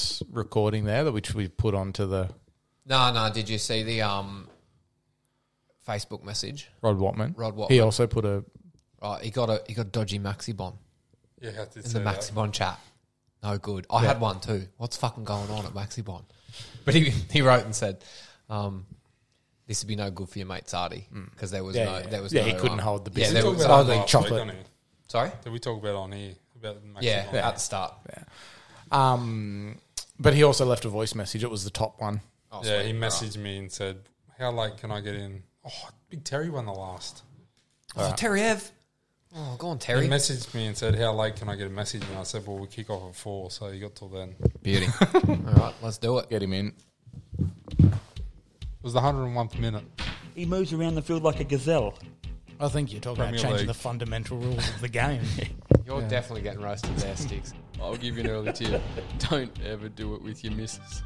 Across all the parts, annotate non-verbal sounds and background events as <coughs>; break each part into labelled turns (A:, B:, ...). A: bonus recording there, that which we put onto the
B: No, no. Did you see the um, Facebook message?
A: Rod Watman.
B: Rod Watman.
A: He also put a
B: Right, he got a he got a dodgy maxi bon
C: Yeah, I did
B: in
C: say
B: the
C: that.
B: maxi bon chat. No good. I had one too. What's fucking going on at maxi bon? But he he wrote and said, um, "This would be no good for your mate Sardi because there was
A: Yeah,
B: no
A: yeah.
B: there was
A: Yeah,
B: no,
A: he couldn't
B: um,
A: hold the
B: yeah
A: business.
C: Did
B: there
C: we talk
B: was,
C: about
A: Hardly
C: it last
A: chocolate.
C: week, didn't we?
B: sorry
C: Did we talk about it on here? About the maxi
B: yeah,
C: bon?
B: at the start
A: Um, but he also left a voice message. It was the top one.
B: oh,
C: Yeah,
B: sweet.
C: he
B: All right.
C: messaged me and said, "How late can I get in?" Oh, Big Terry won the last.
B: oh, Terry Ev oh go on
C: He
B: Terry
C: messaged me and said, "How late can I get a message?" And I said, "Well, we kick off at four, so you got till then." It
B: beauty all right let's do it
A: Get him in.
C: was the hundred and one
B: <laughs>
C: minute.
D: He moves around the field like a gazelle.
A: I think you're talking
C: Premier
A: about changing
C: League.
A: the fundamental rules of the <laughs> game.
B: you're definitely getting roasted there sticks
E: I'll give you an early tip. Don't ever do it with your missus.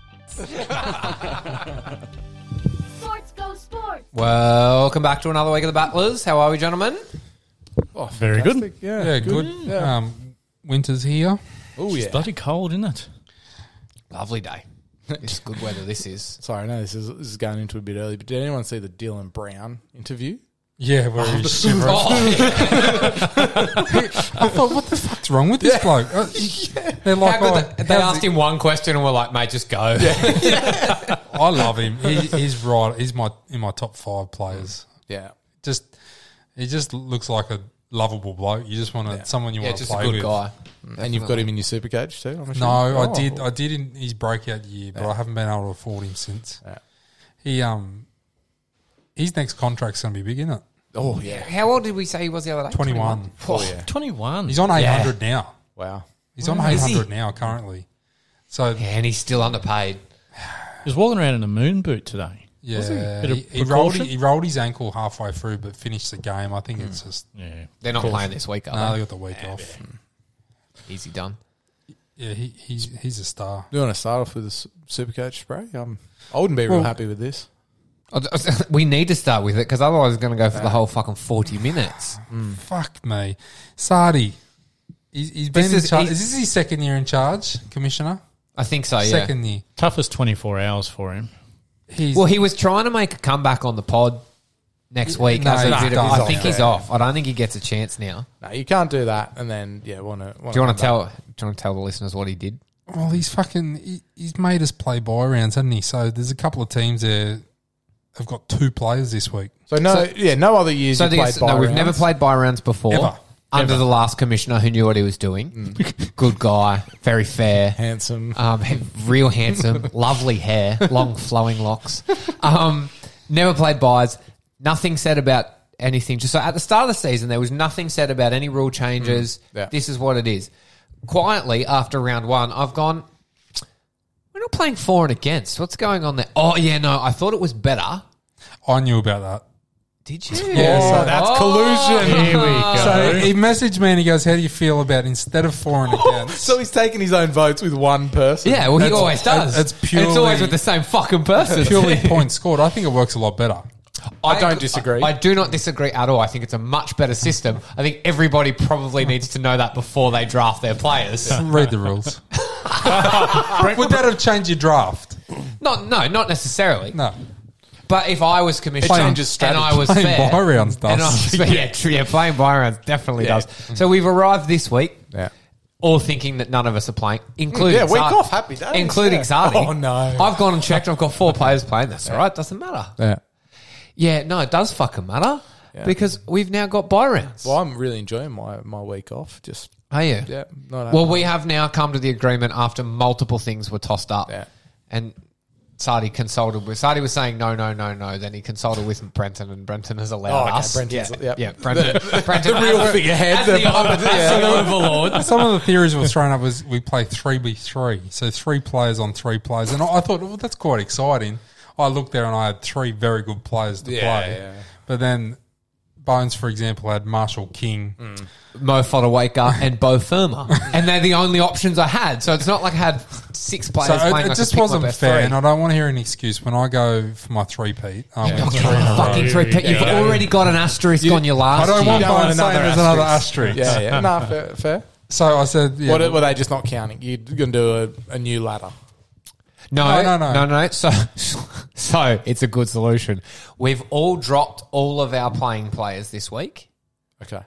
F: Sports go sports.
B: welcome back to another week of the Butlers how are we gentlemen
A: oh,
G: Very good.
A: Yeah,
C: Yeah, good. Um, winter's here.
A: Oh yeah.
G: Bloody cold, isn't it?
B: lovely <laughs> day it's good weather this <laughs> is
A: Sorry, no, this is this is going into a bit early. But did anyone see the Dylan Brown <laughs> interview?
C: Yeah, where
B: <laughs>
C: he's shivering.
B: Oh.
C: I thought,
A: Oh,
C: what the fuck's wrong with this
B: <laughs>
C: bloke? Uh, They're like,
B: How
C: oh,
B: good that- they
C: how's
B: asked him one question and were like, mate, just <laughs> go.
C: he- <laughs> I love him. He, he's right. He's my in my top five players.
A: Yeah.
C: Just he just looks like a lovable bloke. You just want to someone you
B: Yeah,
C: want to
B: just a
C: play
B: good
C: with.
B: guy.
A: And you've got him in your super coach too. I'm
C: No,
A: assuming?
C: I
A: Oh.
C: did. I did in his breakout year, but I haven't been able to afford him since.
A: Yeah.
C: He um, his next contract's gonna be big, isn't it?
A: Oh yeah.
B: How old did we say he was the other day?
C: Twenty one.
A: Oh yeah.
G: 21.
C: He's on eight hundred now.
A: Wow.
C: He's on eight
B: Is he?
C: hundred now currently. So
B: Yeah, and he's still underpaid.
G: He was walking around in a moon boot today.
C: yeah,
G: Bit of
C: he, he rolled.
G: precaution?
C: He rolled his ankle halfway through, but finished the game. I think it's just
G: Yeah.
B: They're not playing this week,
C: no.
B: are
C: they got the week off.
B: they? Easy <laughs> done.
C: Yeah, he, he's he's a star.
A: Do you want to start off with the super coach spray? Um, I wouldn't be real
C: Well-
A: happy with this.
B: We need to start with it because otherwise it's going to go for the whole fucking 40 minutes.
C: Fuck me, Sardi. He's, he's been
B: This
C: in
B: is-
C: charge.
B: he's-
C: Is this his second year in charge, Commissioner?
B: I think so, Oh, yeah.
C: Second year.
G: Toughest 24 hours for
C: <laughs>
G: him.
C: He's
B: Well, he was trying to make a comeback on the pod next week.
C: No,
B: as a
C: he's
B: bit of-
C: done.
B: I think
A: He's
B: he's off. I don't think he gets a chance now.
A: No, you can't do that. And then yeah, want to?
B: Do you want to tell? Do you want to tell the listeners what he did?
C: Well, he's fucking. He, he's made us play buy rounds, hasn't he? So there's a couple of teams there. Have got two players this week.
A: So no, yeah, no other years
B: So
A: you
B: the-
A: played.
B: no,
A: by
B: we've
A: rounds.
B: never played by rounds before.
C: Ever.
B: Under the last commissioner who knew what he was doing.
A: Mm.
B: <laughs> Good guy, very fair.
A: handsome.
B: um,
A: <laughs>
B: real handsome, lovely hair, long flowing locks. Um, never played buys. Nothing said about anything. Just so at the start of the season, there was nothing said about any rule changes.
A: Mm. yeah.
B: This is what it is. Quietly after round one, I've gone. We're not playing for and against. What's going on there? Oh yeah, no, I thought it was better.
C: I knew about that.
B: Did you?
C: <laughs>
B: Oh.
C: Yeah, so-
A: that's
G: Here
A: collusion.
G: we go.
C: So he messaged me and he goes, "How do you feel about instead of for and
B: <laughs>
C: against?"
A: So he's taking his own votes with one person.
B: Yeah, well, he
C: That's-
B: always does.
C: that's
B: And it's always
C: purely-
B: with the same fucking person. <laughs>
C: purely points scored. I think it works a lot better.
A: I don't disagree.
B: I, do not disagree at all. I think it's a much better system. I think everybody probably needs to know that before they draft their players.
C: Read
B: <laughs>
C: the rules. Would that have changed your draft?
B: Not, no, not necessarily.
C: No.
B: But if I was commissioner
A: changes
B: and I was
C: Playing
B: fair,
C: buy rounds does.
B: and I was
C: <laughs>
B: fair- yeah, true, yeah, playing by rounds definitely
A: Yeah.
B: does. So we've arrived this week,
A: Yeah.
B: all thinking that none of us are playing, including
A: Yeah, week
B: Sardi-
A: off, happy days,
B: including
A: yeah.
B: Sardi.
A: Oh, no.
B: I've gone and checked. I've got four players playing. That's all right. Doesn't matter.
A: Yeah.
B: Yeah, no, it does fucking matter
A: Yeah.
B: because we've now got buy rounds.
A: Well, I'm really enjoying my, my week off. Just
B: Are you?
A: yeah, not
B: Well,
A: having-
B: we have now come to the agreement after multiple things were tossed up.
A: Yeah.
B: And Sardi consulted with Sardi was saying no, no, no, no. Then he consulted with Brenton, and Brenton has allowed
A: Oh, okay,
B: us.
A: Brenton's-
B: yeah,
A: yep.
B: yeah,
A: <laughs>
B: Brenton, Brenton, the
A: real figurehead,
B: as the,
A: the-
B: over- as
A: yeah.
B: the overlord.
C: Uh, Some of the theories were thrown up was we play three b three, so three players on three players, and I I thought, well, that's quite exciting. I looked there and I had three very good players to
A: Yeah,
C: play,
A: yeah.
C: but then Bones, for example, had Marshall King.
A: Mm.
B: Mo Fodawaker and Bo Firma, and they're the only options I had. So it's not like I had six players.
C: So
B: playing
C: it,
B: I
C: it
B: could
C: just
B: pick my
C: wasn't
B: best
C: fair,
B: three.
C: and I don't want to hear an excuse when I go for my three Pete. I win three in a row.
B: Fucking three. You've already got an asterisk on your last.
C: I don't
B: year.
C: want
A: You don't
C: mine
A: want
C: the same
A: another
C: as another asterisk.
A: asterisk. Yeah,
G: <laughs>
A: yeah. nah, fair. fair.
C: So I said, yeah,
A: What were they just not counting? You're gonna do a, a new ladder.
B: No,
C: No, no, no.
B: no, no. So, <laughs> so it's a good solution. We've all dropped all of our playing players this week.
A: Okay.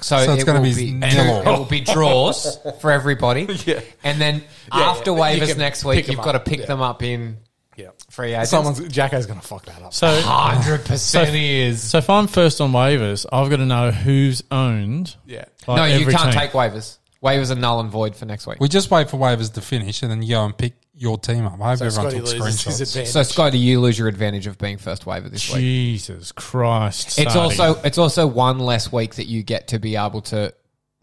B: So,
C: So it's
B: it
C: gonna
B: will
C: be nil.
B: It will be
C: <laughs>
B: draws for everybody.
E: Yeah.
B: And then
A: yeah.
B: after
A: You
B: waivers
A: can
B: next
A: pick
B: week,
A: 'em
B: you've got to
A: up.
B: pick
A: Yeah.
B: them up in
A: Yeah.
B: free agents.
A: Someone's Jacko's going to fuck that up.
G: So,
B: hundred percent is.
G: so if I'm first on waivers, I've got to know who's owned.
A: yeah.
G: by
B: No, you
G: every
B: can't
G: team.
B: take waivers. Waivers are null and void for next week.
C: We just wait for waivers to finish and then you go and pick your team up. I hope everyone
A: Scotty
C: took
A: loses his
C: screenshots.
A: advantage.
B: So, Scotty, you lose your advantage of being first waiver this week.
G: Jesus Christ!
B: It's
G: Sardi.
B: also it's also one less week that you get to be able to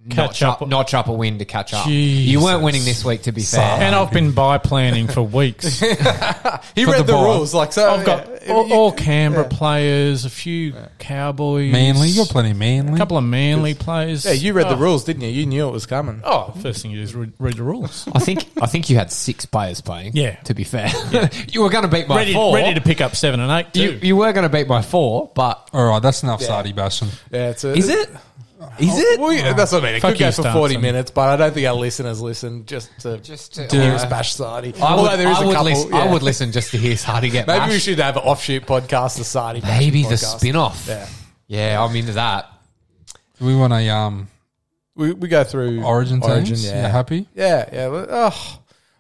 G: Catch
B: notch up,
G: up.
B: notch up a win to catch up.
G: Jesus.
B: You weren't winning this week, to be fair.
G: and I've been by planning
A: <laughs>
G: for weeks.
A: he
G: for
A: read
G: the
A: the,
G: ball.
A: rules. Like, so
G: I've got
A: yeah,
G: all,
A: you-
G: all Canberra players, a few Cowboys,
C: Manly, you're plenty manly.
G: a couple of Manly players.
A: Yeah, you read
G: Oh.
A: the rules, didn't you? You knew it was coming.
G: Oh, first thing you do is read, read the rules.
B: I think I think you had six players playing.
G: Yeah.
B: to be fair, <laughs> you were going to beat by
G: <laughs> ready,
B: four.
G: ready to pick up seven and eight.
B: you,
G: Too.
B: you were going to beat by four, but
C: All right, that's enough, Sardi Bastion.
A: Yeah, it's a, Oh,
B: is it? Is it?
A: Well, yeah, that's what I mean. It
G: Fuck
A: could go
G: you,
A: for 40
G: Stanson.
A: minutes, but I don't think our listeners listen just to
B: Just to-
A: hear
B: Yeah.
A: us bash Sardi.
B: I
A: Although
B: would,
A: there is
B: I
A: a
B: would
A: couple.
B: listen, I
A: yeah.
B: would listen just to hear Sardi get
A: Maybe we
B: bashed.
A: should have an offshoot podcast, the Sardi. Bashing
B: Maybe the
A: podcast.
B: spin off.
A: Yeah.
B: yeah, I'm into that.
C: Do we want a um,
A: We, we go through
C: origin team?
A: yeah.
C: You happy?
A: Yeah, yeah. but, Oh,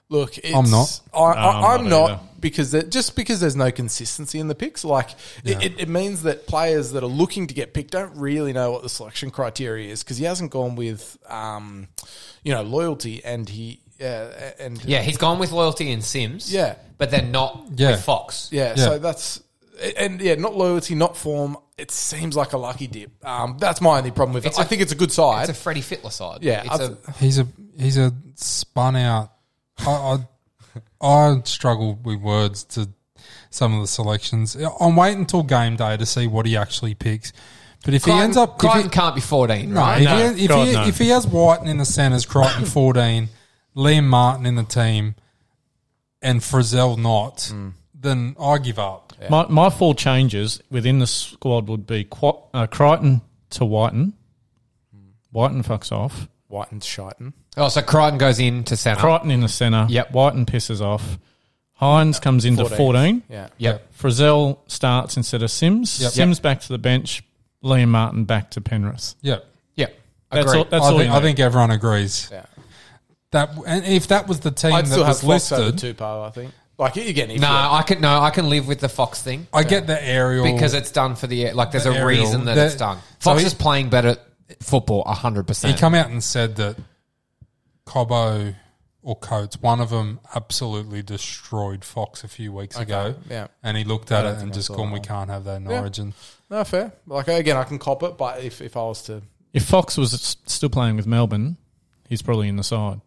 A: look, it's,
C: I'm not.
A: I, I,
G: No, I'm
A: I'm,
G: not
A: not,
G: either.
A: because there- just because there's no consistency in the picks. Like it, it, it means that players that are looking to get picked don't really know what the selection criteria is because he hasn't gone with, um, you know, loyalty and he uh, and
B: Yeah, he's gone with loyalty in Sims.
A: Yeah.
B: but then not
C: Yeah.
B: with Fox.
A: Yeah,
C: Yeah.
A: so that's and yeah, not loyalty, not form. It seems like a lucky dip. Um, that's my only problem with it.
B: It's
A: I
B: a-
A: think it's a good side.
B: It's a Freddie Fitler side.
A: yeah,
B: it's
A: I-
B: a,
C: He's a he's a spun out. I, I I struggle with words to some of the selections. I'm waiting until game day to see what he actually picks. But if he
B: Crichton-
C: ends up, if he-
B: Crichton can't be 14,
C: No,
B: right?
C: if,
G: No,
C: he, if,
G: God,
C: he,
G: no.
C: if he has Whiten in the centres,
G: <coughs>
C: Crichton 14, Liam Martin in the team, and Frizzell not,
A: Mm.
C: then I give up.
G: My, my four changes within the squad would be Qua- uh, Crichton to Whiten. Whiten fucks off.
A: White and Shiten.
B: Oh, so Crichton goes in to centre.
G: Crichton in the centre.
B: Yep.
G: Whiten pisses off. Hines comes into 14.
A: Yeah,
B: Yep.
G: Frizzell starts instead of Sims.
C: Yep.
G: Sims back to the bench. Liam Martin back to Penrith.
C: Yeah.
B: Yep.
G: That's
B: Agreed.
G: all, that's
C: I,
G: all
C: think,
G: you
C: I
G: need.
C: think everyone agrees.
A: Yeah.
C: That and if that was the team
A: I'd
C: that
A: still have
C: was
A: Fox over
C: listed,
A: Tupou. I think. Like again, if
B: No,
A: you're-
B: I can no, I can live with the Fox thing
C: I get the aerial
B: because it's done for the like. There's
C: The
B: a
C: aerial.
B: reason that
C: The-
B: it's done.
C: so
B: Fox
C: he-
B: is playing better football, hundred
C: He
B: percent.
C: come out and said that Cobbo or Coates, one of them absolutely destroyed Fox a few weeks ago.
A: yeah.
C: And he looked at
A: don't
C: it
A: think
C: and
A: I
C: just
A: saw
C: gone,
A: that
C: we
A: one.
C: can't have that in
A: Yeah.
C: Origin.
A: no fair. Like again, I can cop it, but if, if I was to,
G: If Fox was s- still playing with Melbourne, he's probably in the side.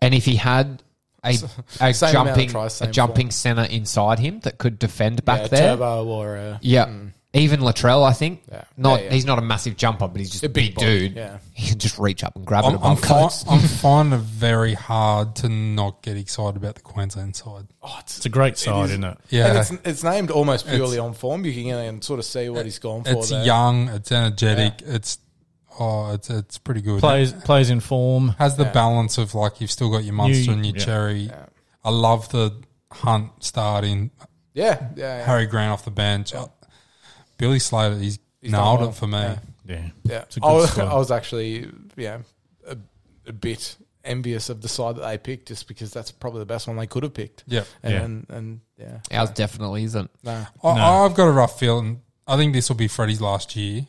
B: And if he had
A: <laughs>
B: a, a
A: Same amount of
B: jumping
A: tries, same
B: a jumping centre inside him that could defend back
A: yeah,
B: there,
A: Turbo or uh,
B: yeah. Even Latrell, I think,
A: Yeah.
B: not
A: Yeah, yeah.
B: he's not a massive jumper, but he's just a big,
A: big body,
B: dude.
A: yeah.
B: He can just reach up and grab it
C: I'm, I'm,
B: above
C: fi-
B: Coates.
C: I'm finding it very hard to not get excited about the Queensland side.
A: oh, it's,
G: It's a great side,
A: is.
G: is. not it?
A: and
C: Yeah.
A: it's, it's named almost purely
C: It's-
A: on form. You can you know, sort of see what he's gone for.
C: It's
A: there.
C: young, it's energetic, it's oh it's it's pretty good.
G: Plays plays in form.
C: has the balance of like you've still got your monster
G: You-
C: and your
G: yeah.
C: cherry. I love the hunt starting
A: Yeah, yeah, yeah.
C: Harry Grant off the bench. Uh, Billy Slater, he's,
A: done
C: nailed
A: well.
C: it for me.
A: Yeah.
G: Yeah.
A: Yeah,
G: It's a
A: I,
G: good
A: was,
G: squad.
A: I was actually yeah a, a bit envious of the side that they picked, just because that's probably the best one they could have picked.
C: Yeah.
A: and
G: Yeah.
A: And, and yeah,
B: Ours definitely isn't.
A: no,
C: I,
G: No.
C: I've got a rough feeling. I think this will be Freddie's last year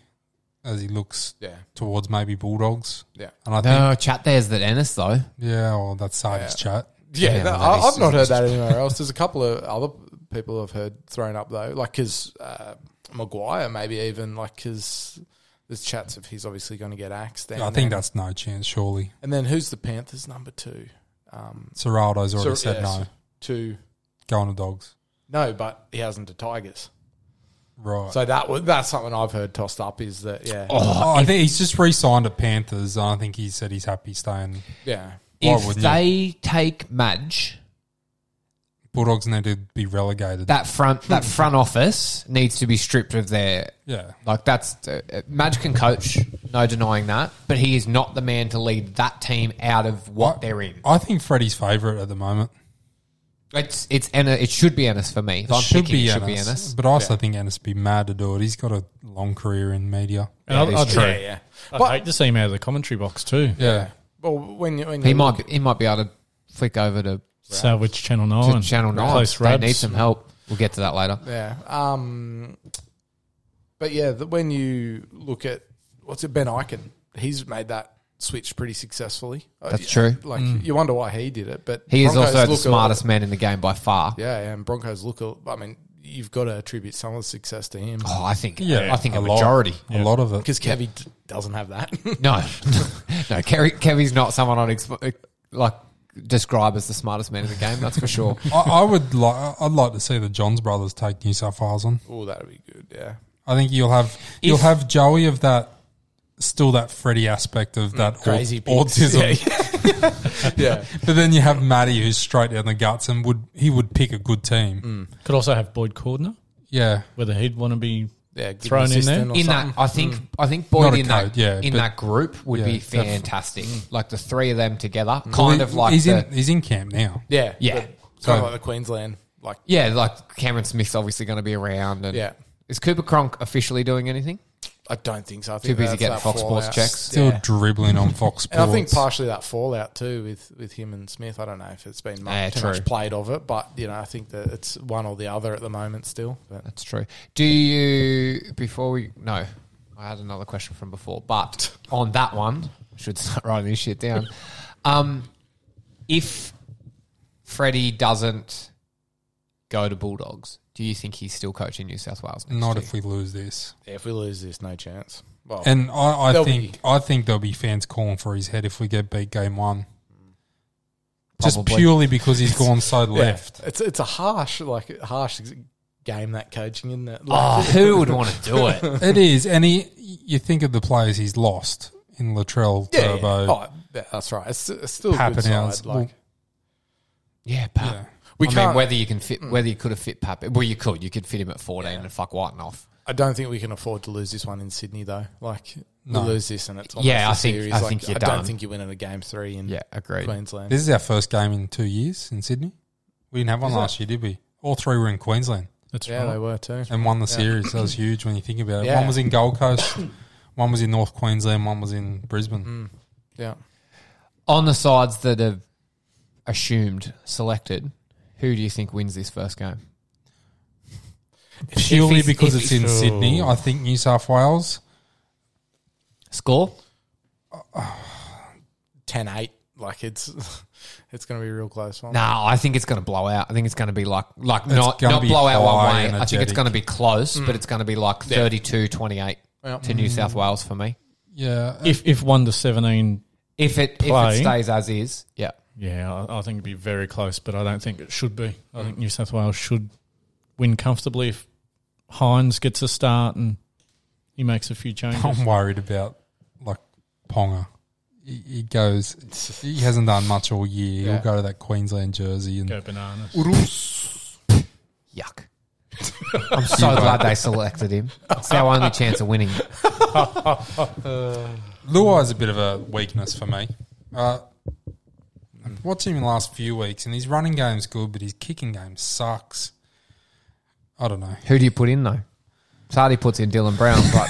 C: as he looks
A: yeah,
C: towards maybe Bulldogs.
A: yeah,
C: And I think,
B: No, chat there's that Ennis though.
C: yeah, well, that's Sardi's chat.
A: yeah.
B: Yeah,
A: no, I,
B: well, that is-
A: I've not heard that anywhere else. There's a couple of other people I've heard thrown up though, like because uh, Maguire maybe even like because there's chats of he's obviously going to get axed. down
C: I think
A: there.
C: that's no chance, surely.
A: And then who's the Panthers number two? Um,
C: Serraldo's already
A: Sor-
C: said
A: yeah,
C: no.
A: s- Two.
C: Going to Dogs.
A: No, but he hasn't to Tigers.
C: Right.
A: So that was, that's something I've heard tossed up is that yeah
C: Oh, I think he's just re signed at Panthers. and I think he said he's happy staying.
A: yeah
C: Why
B: if
C: wouldn't
B: they take Madge,
C: Bulldogs need to be relegated.
B: that front that front office needs to be stripped of their
C: yeah.
B: like that's uh, uh, Madge can coach, no denying that, but he is not the man to lead that team out of what
C: I-
B: they're in.
C: I think Freddie's favourite at the moment.
B: It's it's Ennis, it should be Ennis for me. If I'm
C: should
B: picking,
C: be
B: it should
C: Ennis,
B: be Ennis.
C: but I also think Ennis would be mad to do it. He's got a long career in media.
G: And I'd,
B: that is
G: I'd,
B: true.
A: Yeah, yeah.
G: I'd
A: But
G: hate to see him out of the commentary box too.
C: Yeah,
A: well, when you, when
B: He
A: you
B: might
A: look-
B: be, he might be able to flick over to,
G: Salvage Channel
B: to
G: Nine.
B: Channel Nine.
G: Close
B: they
G: rubs.
B: need some help. We'll get to that later.
A: yeah. Um, but yeah, the, when you look at what's it Ben Eichen, he's made that switch pretty successfully. Uh,
B: That's true. Mm.
A: Like you wonder why he did it, but
B: He is
A: Broncos
B: also the
A: look a-
B: smartest man in the game by far.
A: Yeah, yeah, and Broncos look. a- I mean, you've got to attribute some of the success to him
B: Oh, I think
C: Yeah,
B: I think a,
C: a lot.
B: majority.
C: a lot of it.
A: because Kevy d- doesn't have that. <laughs>
B: No, <laughs> no. Kev, Kevy's not someone I'd exp- like describe as the smartest man in the game. That's for sure.
C: I, I would like. I'd like to see the Johns brothers take New South Wales on.
A: oh, that'd be good.
B: <laughs>
A: Yeah,
C: I think you'll have you'll have Joey of that still that Freddy aspect
B: Mm,
C: of that au-
A: crazy pigs.
C: autism,
A: yeah.
C: but then you have Matty who's straight down the guts and would he would pick a good team.
B: Mm.
G: Could also have Boyd Cordner,
C: Yeah,
G: whether he'd want to be.
A: Yeah, give
G: Thrown
A: him
G: in there.
A: assistant <laughs> or
B: in
A: something.
B: that,
A: Mm.
B: I think I think
C: Not
B: Boyd
C: a
B: in
C: code,
B: that
C: yeah,
B: in
C: but-
B: that group would
C: yeah, Mm.
B: be
C: def-
B: fantastic. Like the three of them together, kind
C: Well,
B: of like
C: he's
B: the,
C: in he's in camp now.
A: yeah,
B: Yeah.
A: the- kind of like the Queensland, like
B: yeah, like Cameron Smith's obviously going to be around. And
A: Yeah.
B: is Cooper Cronk officially doing anything?
A: I don't think so. I think
B: Too busy
A: that's
B: getting
A: that
B: Fox Sports
A: fallout.
B: checks.
C: Still
A: Yeah.
C: dribbling on Fox Sports.
A: And I think partially that fallout too with, with him and Smith. I don't know if it's been much,
B: Yeah,
A: too
B: true.
A: much played of it, but you know I think that it's one or the other at the moment still. But
B: That's true. Do you before we no, I had another question from before, but on that one, I should start <laughs> writing this shit down. Um, if Freddie doesn't go to Bulldogs, do you think he's still coaching New South Wales? Next
C: Not
B: year?
C: if we lose this.
A: yeah, if we lose this, no chance. Well,
C: And I, I
A: There'll
C: think
A: be-
C: I think there'll be fans calling for his head if we get beat game one. Just
B: Probably.
C: purely because he's gone
A: <laughs>
C: so
A: yeah,
C: left.
A: It's it's a harsh like harsh ex- game that coaching in that.
B: <laughs> Oh,
A: <laughs> Like,
B: who would want to <laughs> do it?
C: It is, and he. You think of the players he's lost in Latrell,
A: yeah, yeah.
C: Turbo,
A: Oh, yeah, that's right. It's, it's still a good
C: Papenhuyzen.
A: side. Like
B: Yeah, Mm. Pap.
A: we
B: I
A: can't.
B: mean, whether you can fit, whether you could have fit Pap, well, you could. You could fit him at fourteen and fuck Whiten off.
A: I don't think we can afford to lose this one in Sydney though. Like
C: No.
A: we lose this and it's almost
B: Yeah,
A: a
B: I think-
A: series.
B: I
A: like,
B: think you're
A: I
B: done.
A: don't think you win in a game three in
B: Yeah, agreed.
A: Queensland.
C: This is our first game in two years in Sydney. We didn't have one last year, did we? All three were in Queensland
G: That's
A: yeah,
G: right.
A: they were too.
C: and won the series. That was huge when you think about it.
A: Yeah.
C: One was in Gold Coast, <coughs> one was in North Queensland, one was in Brisbane.
A: Mm. Yeah.
B: on the sides that have assumed selected, who do you think wins this first game?
C: Purely
B: it's-
C: because
B: if
C: it's in Sydney, I think New South Wales.
B: Score?
A: 10 8. Like it's <laughs> it's going to be a real close one.
B: No, I think it's going to blow out. I think it's going to be like like not
C: gonna
B: not
C: be
B: blow out one
C: high,
B: way. I think it's
C: energetic.
B: going to be close, but it's going to be like 32-28 to New South Wales for me.
C: Yeah,
G: If if one to seventeen,
B: If it if it
G: Play.
B: stays as is, yeah.
G: yeah, I, I think it'd be very close, but I don't think it should be. I think New South Wales should win comfortably if Hines gets a start and he makes a few changes.
B: Oh
C: I'm worried about like Ponga. He, he goes. He hasn't done much all year.
A: Yeah.
C: He'll go to that Queensland jersey and
G: Go bananas.
B: Yuck. I'm so glad they selected him. It's our only chance of winning.
C: Luai is a bit of a weakness for me. Uh, I've watched him in the last few weeks, and his running game's good, but his kicking game sucks. I don't know.
B: Who do you put in though? Sardi puts in Dylan Brown, but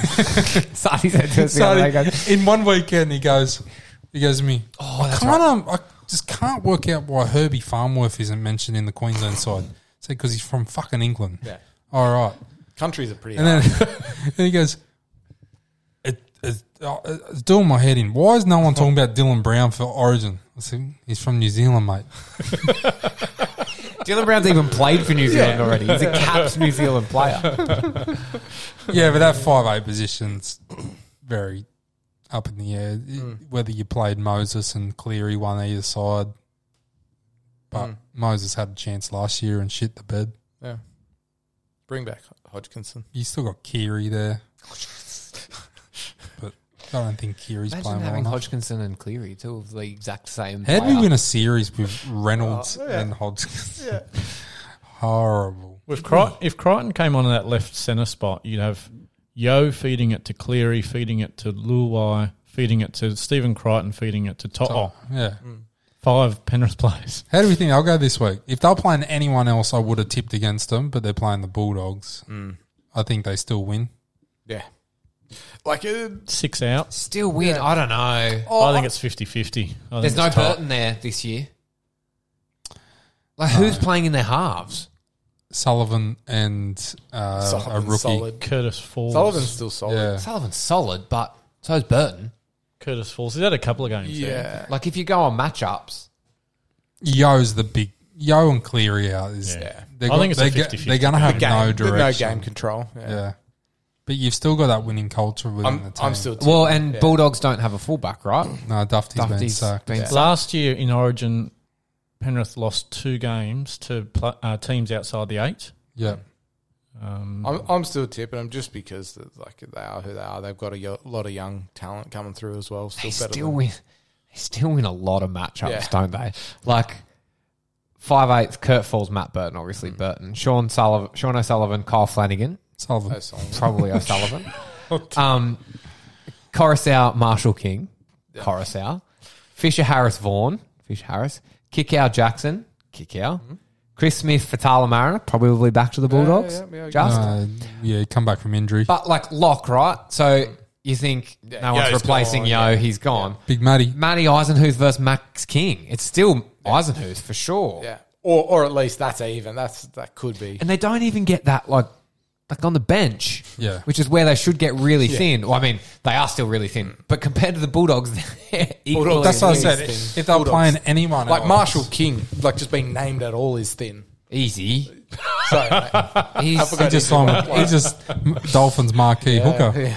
C: <laughs>
B: Sardi said to us the other day, he goes,
C: in one weekend, he goes, he goes to me. Oh, I can't. um, I just can't work out why Herbie Farmworth isn't mentioned in the Queensland side. Say because he's from fucking England.
A: Yeah.
C: All right.
A: Countries are pretty
C: And
A: hard.
C: then, then <laughs> he goes, it, it, uh, it's doing my head in. Why is no one talking about Dylan Brown for Origin? I said, he's from New Zealand,
B: <laughs>
C: mate.
B: Dylan Brown's even played for New Zealand already. He's
C: <laughs>
B: a capped New Zealand player.
C: Yeah, but that five eight position's very up in the air.
B: Hmm.
C: Whether you played Moses and Cleary one either side, but
B: Hmm.
C: Moses had a chance last year and shit the bed.
A: yeah. Bring back Hodgkinson.
C: You still got
B: <laughs>
C: Cleary there, but I don't think Cleary's
B: Imagine
C: playing well
B: having
C: enough.
B: Hodgkinson and Cleary, two of the exact same.
C: How did
B: player.
C: we win a series with Reynolds
A: Oh, yeah.
C: and Hodgson? <laughs> Horrible.
G: If, Cri- if Crichton came on that left centre spot, you'd have Yo feeding it to Cleary, feeding it to Luai, feeding it to Stephen Crichton, feeding it to To'o.
C: Yeah.
G: Five Penrith players.
C: How do we think they'll go this week? If they're playing anyone else, I would have tipped against them, but they're playing the Bulldogs. I think they still win.
A: Yeah. Like, uh,
G: Six out.
B: Still weird. I don't know.
G: I think it's 50 50.
B: Oh. There's no Burton there this year. Like, who's playing in their halves?
C: Sullivan and uh, a
A: Sullivan's
C: rookie.
A: solid.
G: Curtis Falls.
A: Sullivan's still solid.
C: Yeah.
B: Sullivan's solid, but so's Burton.
G: Curtis Falls. He's had a couple of games. there.
A: Yeah.
B: Like, if you go on matchups,
C: Yo's the big. Yo and Cleary out is.
G: Yeah.
C: They're
G: I think it's a
C: they're go-
G: 50-50.
C: They're going to have
A: Game,
C: no
A: with no
C: direction.
A: game control. Yeah.
C: Yeah. But you've still got that winning culture within the
A: I'm,
C: team.
A: I'm still. tipping,
B: well, and
A: yeah.
B: Bulldogs don't have a fullback, right?
C: No, Dufty's been
B: Dufty's
C: sacked.
B: been sacked.
G: Last year in Origin, Penrith lost two games to pl- uh, teams outside the eight.
C: Yeah.
G: Um,
A: I'm, I'm still tipping them just because like they are who they are. They've got a yo- lot of young talent coming through as well. Still
B: They
A: better.
B: still
A: than-
B: win. They still win a lot of matchups,
A: Yeah.
B: don't they? Like five eighth, Kurt Falls, Matt Burton, obviously Burton, Sean Sullivan, Sean O'Sullivan, Kyle Flanagan,
C: Sullivan.
A: Oh, Sullivan. <laughs>
B: probably O'Sullivan,
A: Oh,
B: um, Coruscant, Marshall King, Coruscant, Fisher Harris Vaughan, Fisher Harris, Kickow Jackson, Kickow, Chris Smith, Fatala Mariner, probably back to the Bulldogs.
A: Mm-hmm. yeah, yeah, I
B: Just
C: Uh, yeah, come back from injury.
B: but like Lock, right? So
A: Mm.
B: you think no one's
A: Yo's
B: replacing
A: gone,
B: Yo,
A: yeah.
B: he's gone.
C: Big Matty.
B: Matty Eisenhuth versus Max King. It's still Eisenhuth for sure.
A: Yeah. Or, or at least that's even. That's that could be.
B: And they don't even get that like like on the bench.
C: Yeah.
B: Which is where they should get really thin. Well, I mean, they are still really thin. But compared to the Bulldogs, <laughs> they're equally
C: That's what I
A: Bulldogs
C: said.
A: thing.
C: If they're
A: Bulldogs.
C: playing anyone
A: Like
C: else-
A: Marshall King, like just being named at all is thin.
B: easy.
A: Sorry, mate.
B: He's-
A: forgot
C: He
A: he's
C: just,
A: a <laughs>
C: signed- he just Dolphins marquee hooker.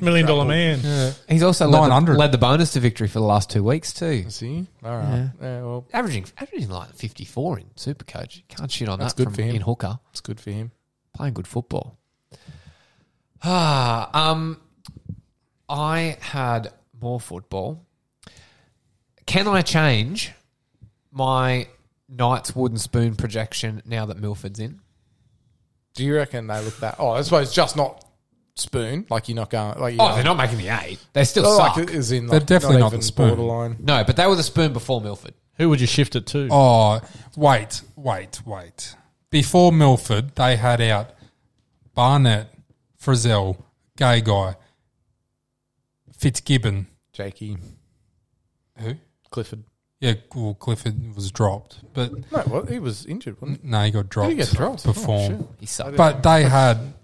G: million dollar man.
B: he's also led the,
C: 900.
B: led the bonus to victory for the last two weeks too.
A: See, all right. Yeah. well,
B: Averaging averaging like fifty four in Supercoach. Can't shit on
A: That's
B: that
A: good
B: from
A: for him.
B: in hooker.
A: it's good for him.
B: playing good football. <sighs> Ah, um, I had more football. Can I change my Knights wooden spoon projection now that Milford's in?
A: Do you reckon they look that? Oh, I suppose just not spoon. Like you're not going. Like you
B: Oh, they're not making the eight. uh, They still suck.
A: Like, is in, like,
C: They're definitely not
A: even
C: the spoon.
A: Borderline.
B: no, but they were the spoon before Milford.
G: Who would you shift it to?
C: Oh, wait, wait, wait. Before Milford, they had out Barnett, Frizzell, Gay Guy, Fitzgibbon.
A: Jakey
C: Who?
A: Clifford.
C: Yeah, well, Clifford was dropped, but
A: No, well, he was injured, wasn't
C: no, he got
A: he?
C: dropped.
A: Did he get dropped?
C: Perform.
A: Oh, shit.
B: He sucked.
C: But they had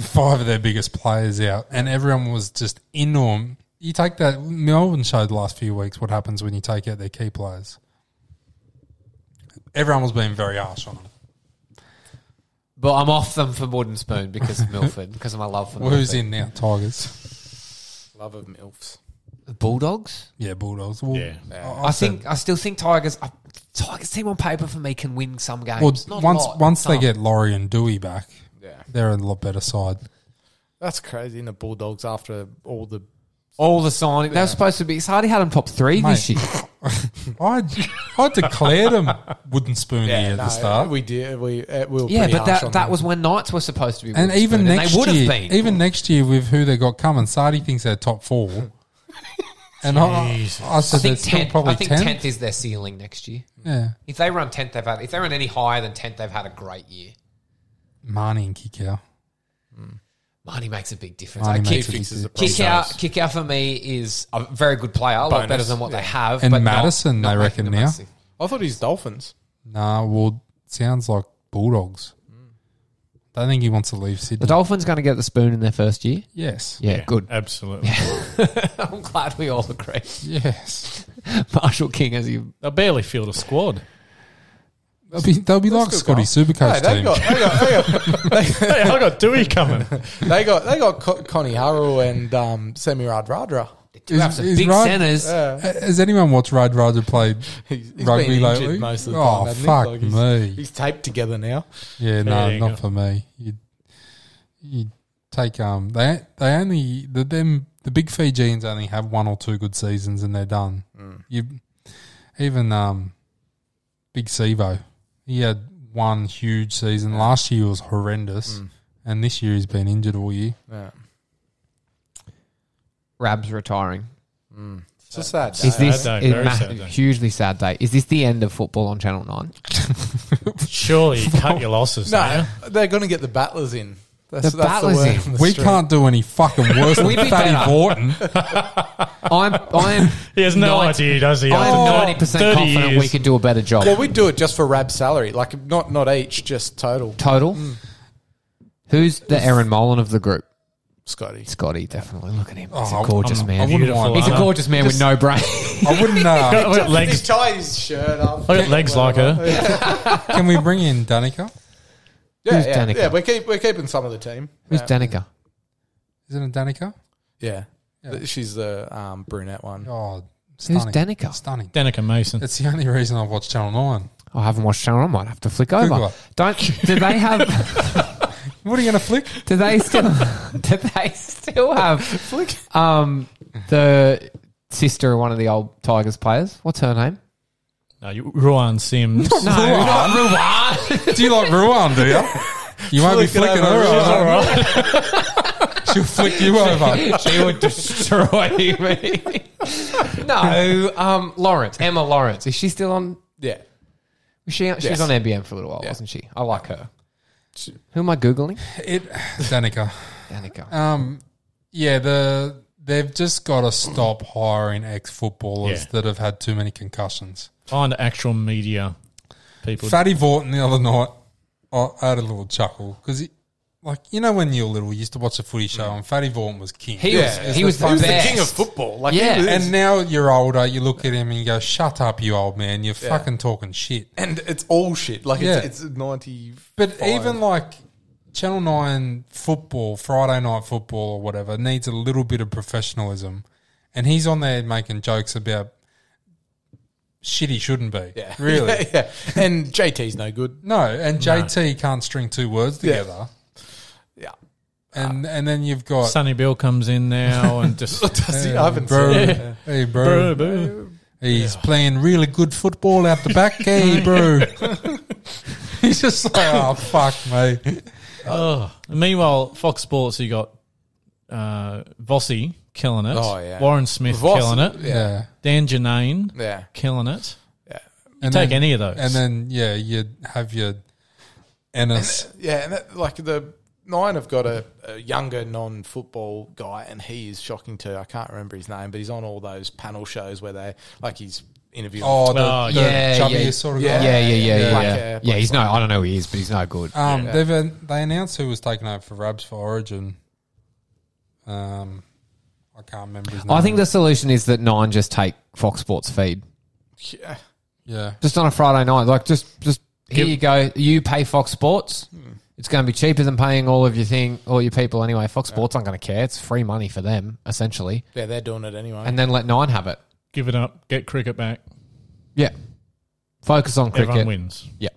C: five of their biggest players out, and everyone was just enorm. You take that Melbourne showed the last few weeks what happens when you take out their key players. Everyone was being very harsh on them.
B: But I'm off them for wooden spoon because <laughs> of Milford, because of my love for
C: Well, who's
B: Milford.
C: in now? Tigers.
A: Love of milfs.
B: The Bulldogs?
C: Yeah, Bulldogs. Well,
G: Yeah.
C: I,
B: I think I still think Tigers. I, Tigers team on paper for me can win some games.
C: Well,
B: Not a
C: once
B: lot,
C: once they
B: some.
C: get Laurie and Dewey back,
A: Yeah,
C: they're a lot better side.
A: that's crazy. In the Bulldogs, after all the
B: All the signing. They were supposed to be. Hardy had them top three this
C: Mate.
B: year.
C: I I declared them wooden spoon here at
A: no,
C: the start.
A: we did. We, uh, we were
B: Yeah,
A: pretty harsh
B: but
A: on
B: that, that
A: them.
B: was when Knights were supposed to be.
C: and
B: Wolves,
C: even
B: dude, and
C: next
B: they would
C: year,
B: have been.
C: even next year with who they got coming, Sardi thinks they're
A: <laughs>
C: top four. And I, I
B: I
C: said they're
B: think
C: still
B: tenth.
C: probably
B: I think
C: 10.
B: tenth is their ceiling next year.
C: Yeah,
B: If they run tenth, they've had. If they run any higher than tenth, they've had a great year.
C: Marnie and Kikau.
B: Money makes a big difference.
C: Marnie
B: Like,
C: makes
B: kick,
C: a big
A: fixes it.
B: kick out, kick out for me is a very good player, a lot
A: Bonus,
B: better than what they have.
C: And
B: but not-
C: Madison,
B: not
C: they
B: making
C: reckon
B: the
C: now.
B: massive-
A: I thought he's Dolphins.
C: Nah, well, sounds like Bulldogs. I don't think he wants to leave
B: The
C: Sydney.
B: Dolphins going to get the spoon in their first year.
C: yes.
B: Yeah, good.
G: Absolutely.
B: <laughs> I'm glad we all agree.
C: Yes.
B: Marshall King as you
G: They barely field
B: <laughs>
G: a squad.
C: They'll be, they'll be like
A: That's
C: Scotty
A: good goal.
C: Supercoach
A: Hey, they
C: team.
A: got they got they got,
G: hey, I got Dewey coming.
A: they got they got Co- Connie Harrell and um, Semirad Radra.
B: do
C: Is-
B: have some
C: is
B: big
C: Rod-
B: centers.
C: Ha- Has anyone watched Rod Ryder play
A: <laughs> He's, he's
C: rugby
A: been injured
C: lately?
A: most of the
C: oh,
A: time. hasn't he?
C: fuck
A: Like, he's-
C: me.
A: He's taped together now.
C: Yeah, no,
G: you
C: not
G: go.
C: for me. You you take um they they only the them the big Fijians only have one or two good seasons and they're done.
B: Mm.
C: You even um big Sevo, he had one huge season last year was horrendous,
B: Mm.
C: and this year he's been injured all year.
A: Yeah.
B: Rab's retiring.
A: It's a sad
B: Is
A: day.
B: this
G: day,
B: is
G: very
B: ma-
G: sad day.
B: hugely sad day? Is this the end of football on Channel Nine? <laughs>
G: Surely you cut your losses. eh?
A: No, they're going to get the battlers in. That's,
B: The
A: that's
B: battlers
A: the word
B: in.
A: on the
C: We
A: street.
C: can't do any
B: <laughs>
C: fucking worse than
B: We'd be
C: Fatty
B: better.
C: Vorton.
B: I'm I'm
G: He has no
B: 90
G: idea, does he?
B: I'm
G: After
B: ninety percent
G: 30
B: confident
G: years.
B: we could do a better job.
A: Well, we do it just for Rab's salary, like not not each, just total.
B: Total. Who's the Aaron Mullen of the group?
A: Scotty,
B: Scotty, definitely. Look at him. He's
C: Oh,
B: a gorgeous
C: I'm- I
B: man.
C: wouldn't want-
B: He's a
G: Beautiful,
B: gorgeous man with no brain.
C: <laughs> I
B: <laughs>
C: wouldn't. Uh,
G: Look at
A: He's
G: legs,
A: tied his shirt up.
G: look at legs like her.
C: can we bring in Danica?
A: Yeah,
B: Who's
A: yeah,
B: Danica?
A: yeah. We're, keep, we're keeping some of the team.
B: Who's
A: Yeah.
B: Danica?
C: Isn't it Danica?
A: Yeah. She's the um, brunette one.
C: Oh,
B: Who's
C: stunning.
B: Danica?
C: Stunning.
G: Danica Mason.
C: It's the only reason I watch Channel Nine.
B: I haven't watched Channel. I might have to flick
C: Google
B: over.
C: it.
B: Don't. Do they have?
C: What are you going to flick?
B: Do they still? <laughs> Do they still have? Um, the sister of one of the old Tigers players. What's her name?
G: No, you, Ruan Sims.
B: No, not Ruwan.
C: Do you like Ruan? Do you? You won't be
A: Flick it
C: flicking
A: over,
C: her over. She'll flick you over.
B: she would destroy me. no, um, Lawrence, Emma Lawrence. Is she still on?
A: Yeah.
B: was She she
A: Yes.
B: was on NBN for a little while, wasn't she? I like her. Who am I googling?
C: It, Danica.
B: Danica.
C: Um, yeah, the they've just got to stop hiring ex footballers
G: Yeah.
C: that have had too many concussions.
G: Find actual media people.
C: Fatty Vorton the other night, I I had a little chuckle because he. Like you know, when you were little, you used to watch a footy show, and Fatty Vorton was king.
B: Mm. He was-
C: As
B: he was the
C: fucking-
B: best.
A: King of football. Like,
B: Yeah.
A: he was-
C: And now you're older, you look at him and you go, "Shut up, you old man! You're fucking talking shit."
A: and it's all shit. Like,
C: Yeah.
A: it's, it's 90.
C: But even like Channel Nine football, Friday night football or whatever, needs a little bit of professionalism. And he's on there making jokes about shit he shouldn't be.
A: Yeah.
C: <laughs> Really?
A: <laughs> yeah, yeah. And JT's no good.
C: No, and JT can't string two words
A: Yeah. Ah.
C: together.
A: Yeah. <laughs>
C: And and then you've got
G: Sonny Bill comes in now and just.
A: Does he-
C: Hey,
A: I haven't
C: bro,
A: seen it.
C: Hey bro.
G: Boo, boo.
C: He's playing really good football out the
A: <laughs>
C: back. hey bro. <laughs> he's just like, oh fuck me.
G: Ugh. Meanwhile, Fox Sports, you got uh, Vossi killing it.
A: Oh, yeah.
G: Warren Smith
A: Voss-
G: killing it.
A: Yeah.
C: Yeah.
G: Dan Janine
A: Yeah.
G: killing it.
C: And
G: Take
C: then-
G: any of those.
C: And then yeah, you have your Ennis.
A: Yeah, and that, like the nine have got a, a younger non-football guy, and he is shocking too. I can't remember his name, but he's on all those panel shows where they like he's interviewing.
C: Oh, the,
G: Oh,
C: the
B: yeah,
C: chubbiest
B: yeah.
C: sort of
A: Yeah.
B: yeah,
C: guy.
B: yeah, yeah, yeah, yeah.
A: Like,
B: yeah.
A: uh, like
B: he's no. I don't know who he is, but he's no good.
C: Um, they've they announced who was taking over for Rabs for Origin. Um, I can't remember his name.
B: I think the solution is that Nine just take Fox Sports feed.
A: yeah,
C: yeah,
B: just on a Friday night. Like just just here
G: Give-
B: you go. You pay Fox Sports. It's going to be cheaper than paying all of your thing, all your people anyway. Fox Sports aren't going to care. It's free money for them essentially,
A: yeah, they're doing it anyway.
B: and then let Nine have it.
G: Give it up. Get cricket back.
B: Yeah, focus on
G: Everyone
B: cricket.
G: wins.
B: Yeah,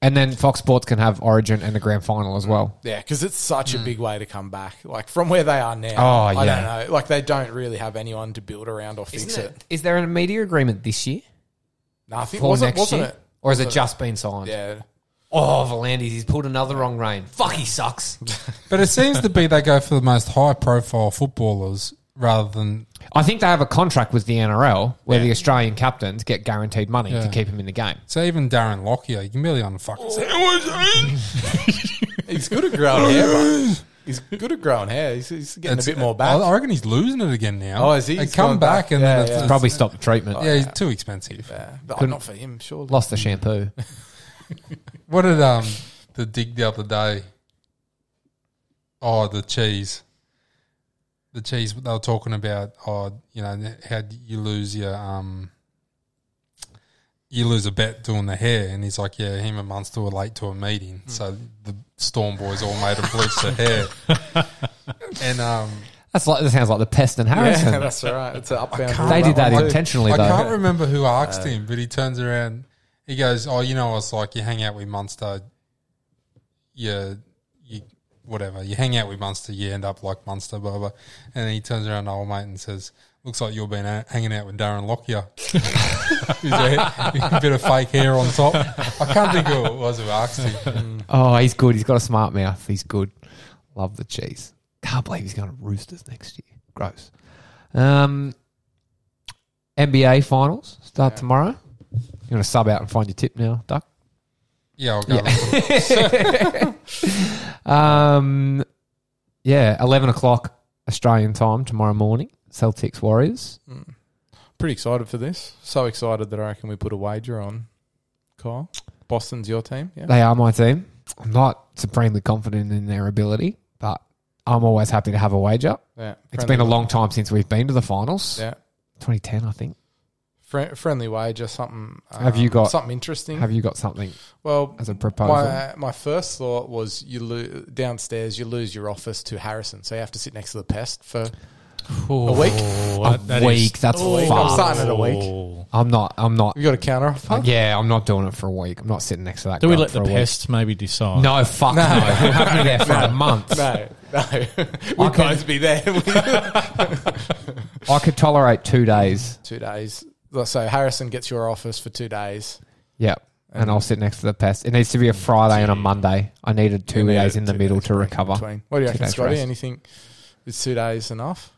B: and then Fox Sports can have Origin and the grand final as well.
A: yeah, because it's such a big way to come back, like from where they are now.
B: Hmm. Oh,
A: I
B: yeah.
A: don't know. Like they don't really have anyone to build around or fix
B: Isn't
A: it.
B: it? Is there a media agreement this year
A: No, I think
B: for
A: wasn't
B: next
A: wasn't
B: year,
A: it?
B: or has it just been signed?
A: Yeah,
B: Oh, Volandis, he's pulled another wrong rein. Fuck, he sucks.
C: but it seems to be they go for the most high profile footballers rather than
B: <laughs> I think they have a contract with the NRL where the Australian captains get guaranteed money to keep him in the game.
C: so even Darren Lockyer. You can barely unfucking say.
A: he's good at growing hair.
B: <laughs>
A: But he's good at growing hair. He's, he's getting
C: It's-
A: a bit more
C: I, I
A: back.
C: reckon he's losing it again now.
A: Oh, is he?
C: They
A: He's
C: come
A: gone
C: back,
A: back.
C: and
A: Yeah,
C: then
A: yeah.
C: it's,
B: Probably stop the treatment.
C: yeah, he's too expensive.
A: Yeah, but
B: Couldn't-
A: not for him, surely.
B: Lost the shampoo.
C: What did um the dig the other day? Oh, the cheese. The cheese they were talking about. Oh, you know how you lose your um. You lose a bet doing the hair, and he's like, "Yeah, him and Munster were late to a meeting, so the Storm boys all made him bleach their hair." and um,
B: That's like that sounds like the pest and
A: <laughs> <laughs>
B: Harrison.
A: Yeah, that's all right. It's an upbound.
C: can't
B: they
C: that
B: did that
C: one too.
B: intentionally
C: I
B: though.
C: can't remember who asked
A: Uh,
C: him, but he turns around. He goes, "Oh, you know, it's like you hang out with Munster. You, you, whatever. You hang out with Munster, you end up like Munster, blah blah." And then he turns around, to old mate, and says, "Looks like you've been out, hanging out with
A: <laughs>
C: Darren Lockyer. He's a, a bit of fake hair on top. I can't think who it was who asked him.
B: Oh, he's good. He's got a smart mouth. He's good. Love the cheese. Can't believe he's going to Roosters next year. Gross. Um, NBA finals start tomorrow. You want to sub out and find your tip now,
A: <laughs>
B: Duck? <laughs>
C: Yeah, I'll go.
B: Um, yeah, eleven o'clock Australian time tomorrow morning. Celtics Warriors.
A: Hmm. Pretty excited for this. So excited that I reckon we put a wager on Kyle. Boston's your team, yeah.
B: They are my team. I'm not supremely confident in their ability, but I'm always happy to have a wager.
A: yeah.
B: It's
A: Friendly
B: been a
A: wa-
B: long time since we've been to the finals.
A: yeah.
B: 2010, I think.
A: Fri friendly wager, something. Um,
B: Have you got-
A: something interesting?
B: Have you got something
A: well,
B: as a proposal?
A: my my first thought was you lo- downstairs you lose your office to Harrison, so you have to sit next to the pest for a week.
B: a week. That's
A: week. I'm
B: fucked.
A: starting at a week.
B: I'm not. I'm not.
A: You got a counter offer?
B: Yeah, I'm not doing it for a week. I'm not sitting next to that.
G: Do we
B: grub
G: let
B: for
G: the
B: a week.
G: pest maybe decide?
B: No, fuck no. We'll have me there
A: <laughs>
B: for a month.
A: No,
B: <laughs>
A: no. <laughs> We'd
B: can-
A: both be there. <laughs>
B: I could tolerate two days.
A: two days. So Harrison gets your office for two days.
B: Yep. And, I'll sit next to the pest. It needs to be a Friday and a Monday. I needed two
A: You need
B: days
A: it
B: in the
A: two
B: middle
A: days
B: to
A: break in
B: recover.
A: between. What do you
B: Two
A: reckon,
B: days
A: Scotty?
B: rest.
A: Anything? Is two days enough?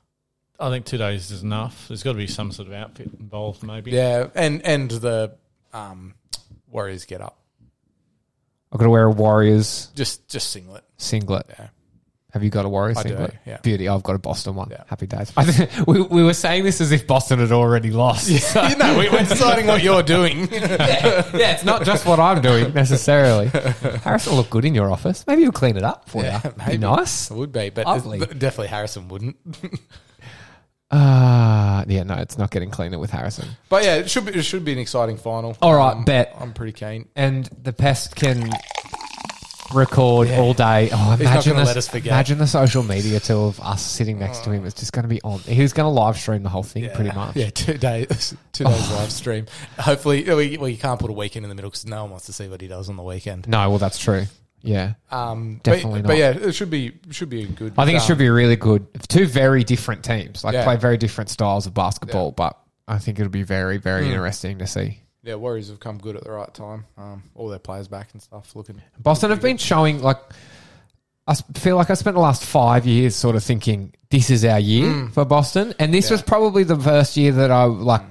G: I think two days is enough. There's got to be some sort of outfit involved, maybe.
A: Yeah, and and the um, Warriors get up.
B: I've got to wear a Warriors
A: Just just
B: <laughs>
A: singlet.
B: singlet.
A: Yeah.
B: Have you got a Warriors
A: I do,
B: singlet?
A: yeah.
B: Beauty. I've got a Boston one.
A: Yeah.
B: Happy days. <laughs> I think we, we were saying this as if Boston had already lost. <laughs> So-
A: you know, we, we're deciding what you're
B: <laughs>
A: doing.
B: yeah, it's not just what I'm doing necessarily. <laughs> Harrison will look good in your office. Maybe he'll clean it up for
A: Yeah,
B: you. Be
A: maybe.
B: nice.
A: It would be, but
B: Lovely.
A: it- definitely Harrison wouldn't.
B: Uh, yeah, no, it's not getting cleaner with Harrison.
A: But yeah, it should be it should be an exciting final.
B: All right,
A: Um,
B: bet.
A: I'm pretty keen.
B: And the pest can record all day. Oh,
A: not
B: imagine
A: gonna
B: the,
A: let us forget.
B: Imagine the social media too of us sitting next to him. It's just going to be on. He's going to live stream the whole thing pretty much.
A: Yeah, two days, <laughs> two days live stream. Hopefully, we, well, you can't put a weekend in the middle because no one wants to see what he does on the weekend.
B: No, well, that's true. Yeah.
A: Um,
B: Definitely
A: but, But yeah, it should be should be a good.
B: I think it
A: um,
B: should be really good. Two very different teams, like
A: Yeah.
B: play very different styles of basketball, but I think it'll be very, very interesting to see.
A: um, Yeah, Warriors have come good at the right time. Um, all their players back and stuff looking.
B: Boston have been showing like I s- feel like I spent the last five years sort of thinking this is our year
A: Mm.
B: for Boston, and this was probably the first year that I like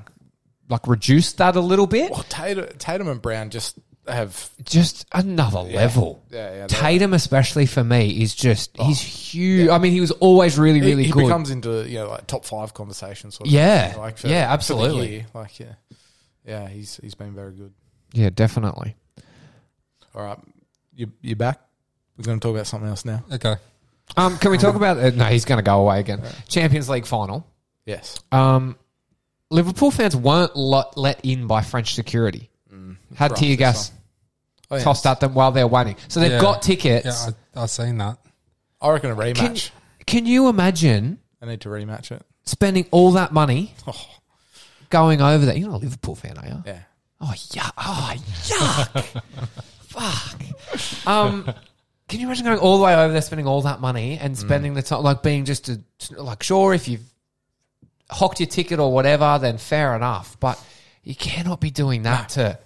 B: like reduced that a little bit.
A: Well, Tatum, Tatum and Brown just have.
B: Just another level.
A: Yeah, yeah. they-
B: Tatum, especially for me, is just he's huge. I mean, he was always really,
A: he-
B: really
A: he,
B: good.
A: becomes into you know like top five conversation sort of
B: Yeah.
A: thing,
B: Yeah,
A: for the
B: absolutely.
A: year. like yeah yeah he's he's been very good
B: yeah, definitely.
A: all right you you back we're going to talk about something else now
C: Okay.
B: Um, can we talk about? Uh, no, he's going to go away again. Champions League final.
A: yes
B: Um, Liverpool fans weren't lot let in by French security.
A: Mm.
B: Had
A: rough
B: tear
A: this
B: gas
A: Oh, yeah.
B: tossed at them while they're waiting. So they've
C: Yeah.
B: got tickets.
C: Yeah, I, I've seen that.
A: I reckon a
B: can,
A: rematch
B: can you imagine
A: I need to rematch it
B: spending all that money
A: Oh.
B: going over there? You're not a Liverpool fan, are you?
A: yeah
B: Oh, yeah. Oh, yuck. <laughs> Fuck. Um, can you imagine going all the way over there, spending all that money
C: Mm.
B: and spending the time, like being just a, like, sure, if you've hocked your ticket or whatever, then fair enough. But you cannot be doing that to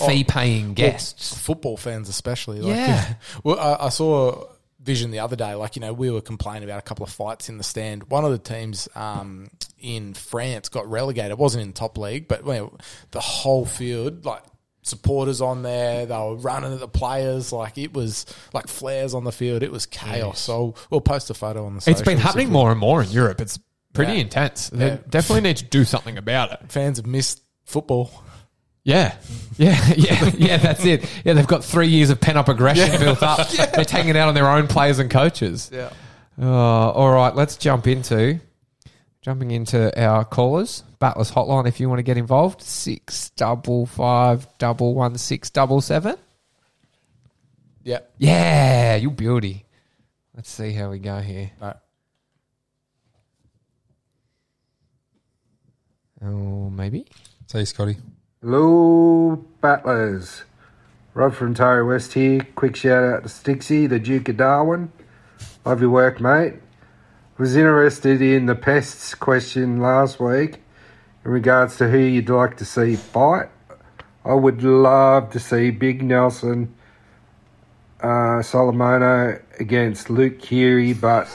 C: Oh.
B: fee paying guests.
A: football fans especially like,
B: Yeah.
A: <laughs> well I, I saw vision the other day like you know we were complaining about a couple of fights in the stand one of the teams um, in france got relegated it wasn't in the top league but well, the whole field like supporters on there they were running at the players like it was like flares on the field it was chaos so we'll post a photo on the
B: It's been
A: socials if
B: happening
A: you-
B: more and more in Europe. It's pretty
A: Yeah.
B: intense.
A: Yeah.
B: They definitely need to do something about it.
A: fans have missed football
B: Yeah, <laughs> yeah, yeah, yeah. That's it. Yeah, they've got three years of pent up aggression built up. They're taking it out on their own players and coaches.
A: yeah
B: Uh, all right, let's jump into jumping into our callers. Batless hotline if you want to get involved. Six double five double one six double seven.
A: yeah
B: Yeah, you beauty. Let's see how we go here.
A: no.
B: Oh, maybe.
C: See you, Scotty.
H: Hello, battlers. Rob from Tarry West here. Quick shout out to Stixie, the Duke of Darwin. Love your work, mate. Was interested in the pests question last week in regards to who you'd like to see fight. I would love to see Big Nelson uh, Solomono against Luke Keary, but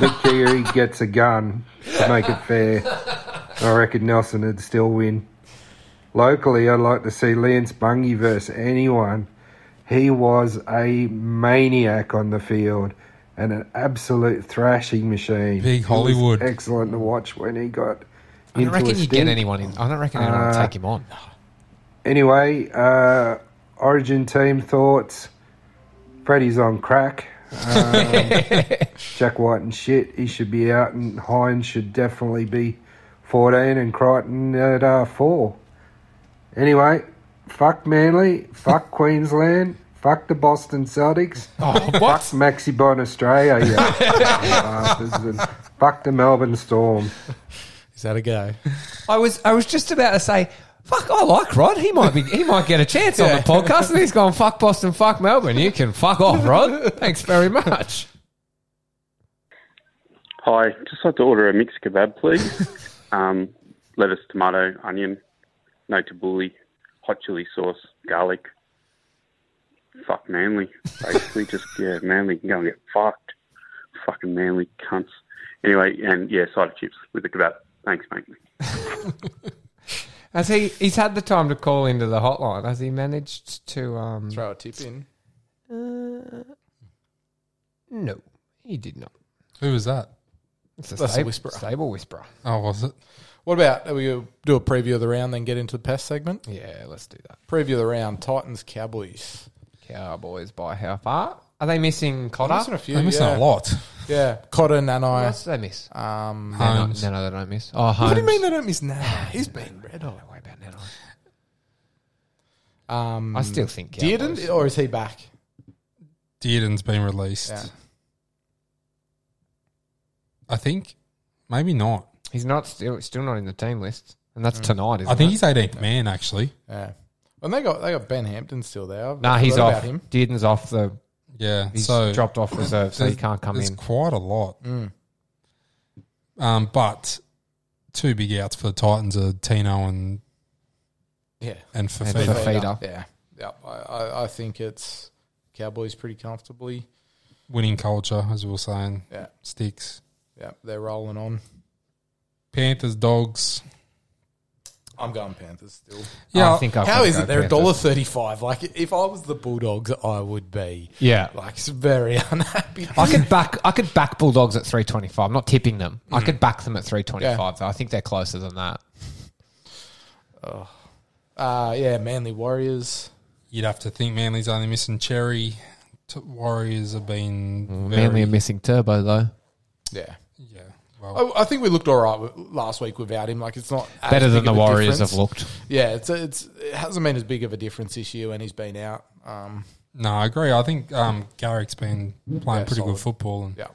H: Luke Keary gets a gun to make it fair. I reckon Nelson would still win. Locally, I'd like to see Lance Bungie versus anyone. He was a maniac on the field and an absolute thrashing machine.
C: Big
H: He was
C: Hollywood.
H: excellent to watch when he got.
B: I don't
H: into a
B: reckon you get
H: stint.
B: anyone in. I don't reckon anyone would take him on.
H: Anyway, uh, Origin team thoughts. Freddie's on crack. Um,
B: <laughs>
H: Jack White and shit. He should be out, and Hines should definitely be 14, and Crichton at uh, 4. Anyway, fuck Manly.
B: <laughs>
H: Fuck Queensland. Fuck the Boston Celtics.
B: Oh,
H: Fuck Maxi Bon Australia.
B: <laughs>
H: Yeah. Bastards, and fuck the Melbourne Storm.
A: Is that a go?
B: I was I was just about to say, fuck, I like Rod. He might be he might get a chance on the podcast. And he's going, fuck Boston, fuck Melbourne. You can fuck off, <laughs> Rod. Thanks very much.
I: Hi, just like to order a mixed kebab, please. um, lettuce, tomato, onion, no tabbouleh, hot chili sauce, garlic. Fuck Manly. Basically, just, yeah, Manly can go and get fucked. Fucking Manly cunts. Anyway, and yeah, side of chips with the kebab. Thanks, mate.
B: Has he he's had the time to call into the hotline? Has he managed to um
A: Throw a tip in.
B: Uh, No, he did not.
C: Who was that?
B: It's a
A: That's a
B: stable,
A: whisperer.
B: stable whisperer.
C: Oh, was it?
A: What about are we gonna do a preview of the round, then get into the pass segment?
B: Yeah, let's do that.
A: Preview of the round: Titans, Cowboys.
B: Cowboys by how far? Are they missing Cotter?
A: I'm missing a few.
C: I'm missing
A: yeah.
C: a lot.
A: Yeah, Cotter,
B: Who
A: Nanai.
B: else do they miss?
A: Um,
B: No, no,
C: Holmes.
B: no, no, they don't miss. Oh, Holmes.
A: what do you mean they don't miss Nanai? He's been red hot.
B: Don't worry about that.
A: Um,
B: I still think Cowboys.
A: Dearden, or is he back?
C: Dearden's been released.
A: Yeah.
C: I think. Maybe not.
B: He's not still still not in the team list, and that's tonight, isn't
C: I think
B: it?
C: he's 18th man, actually.
A: Yeah. And they got they got Ben Hampton still there. I've
B: Nah,
A: forgot
B: he's
A: about
B: off.
A: him.
B: Dearden's off the.
C: Yeah.
B: He's
C: so
B: dropped off reserve, so he
C: there's-
B: can't come
C: there's
B: in. Mm.
C: quite a lot. Um, but two big outs for the Titans are Tino and,
A: Yeah.
C: and Fafita.
B: And Fafita. Feeder.
A: Yeah. Yeah. I, I, I think it's Cowboys pretty comfortably.
C: Winning culture, as we were saying.
A: Yeah.
C: Sticks.
A: Yeah. They're rolling on.
C: Panthers, Dogs.
A: I'm going Panthers still.
C: Yeah.
B: I think I've
A: How
B: gotta
A: is
B: go
A: it? They're a
B: Panthers.
A: dollar thirty-five. Like if I was the Bulldogs, I would be
B: Yeah,
A: like it's very <laughs> unhappy.
B: I could back. I could back Bulldogs at three twenty five. I'm not tipping them. I could back them at three twenty five. Though I think they're closer than that.
A: Uh, yeah, Manly Warriors.
C: You'd have to think Manly's only missing Cherry. T- Warriors have been
B: Mm, Manly
C: very-
B: are missing Turbo though.
A: Yeah,
C: Yeah. Well,
A: I, I think we looked all right with- last week without him. Like it's not as
B: Better than
A: big
B: the
A: of a
B: Warriors
A: difference.
B: have looked.
A: Yeah, it's it's it hasn't been as big of a difference this year, and he's been out. Um,
C: no, I agree. I think um, Garrick's been playing pretty
A: solid.
C: good football. And,
A: yeah,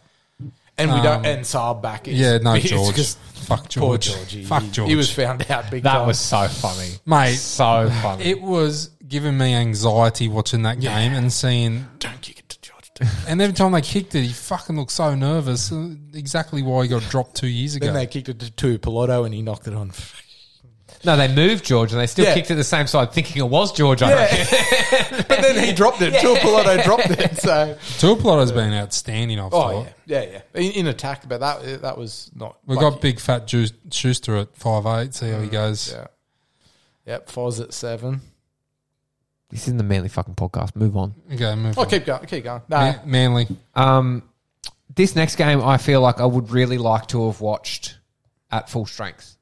A: and we don't and Saab back. Is,
C: Um, Yeah,
A: <laughs>
C: no,
A: it's
C: George.
A: just
C: Fuck
A: Poor
C: George.
A: Georgie.
C: Fuck
A: he,
C: George.
A: He was found out big
B: That
A: time.
B: was so funny,
C: Mate.
B: So funny.
C: It was giving me anxiety watching that game and seeing.
A: Don't kick it to George. <laughs>
C: And every time they kicked it, he fucking looked so nervous. Uh, Exactly why he got dropped two years ago.
A: then they kicked it to, to Pelotto, and he knocked it
B: <laughs>
A: on.
B: no, they moved George, and they still
A: Yeah.
B: kicked it the same side, thinking it was George. I reckon.
A: but then he dropped it. Till Pelotto dropped it.
C: <laughs>
A: So
C: Tuipuloto's been outstanding. I've
A: oh
C: thought.
A: yeah, yeah, yeah. In, in attack, but that that was not.
C: We've
A: lucky.
C: got big fat Ju- Schuster at five eight. See how he goes.
A: Mm, Yeah. Yep, Foz at seven.
B: This isn't the Manly fucking podcast. Move on.
C: Okay, move
A: Oh,
C: on.
A: keep going, keep going. No,
C: Ma- Manly.
B: Um, this next game, I feel like I would really like to have watched at full strength.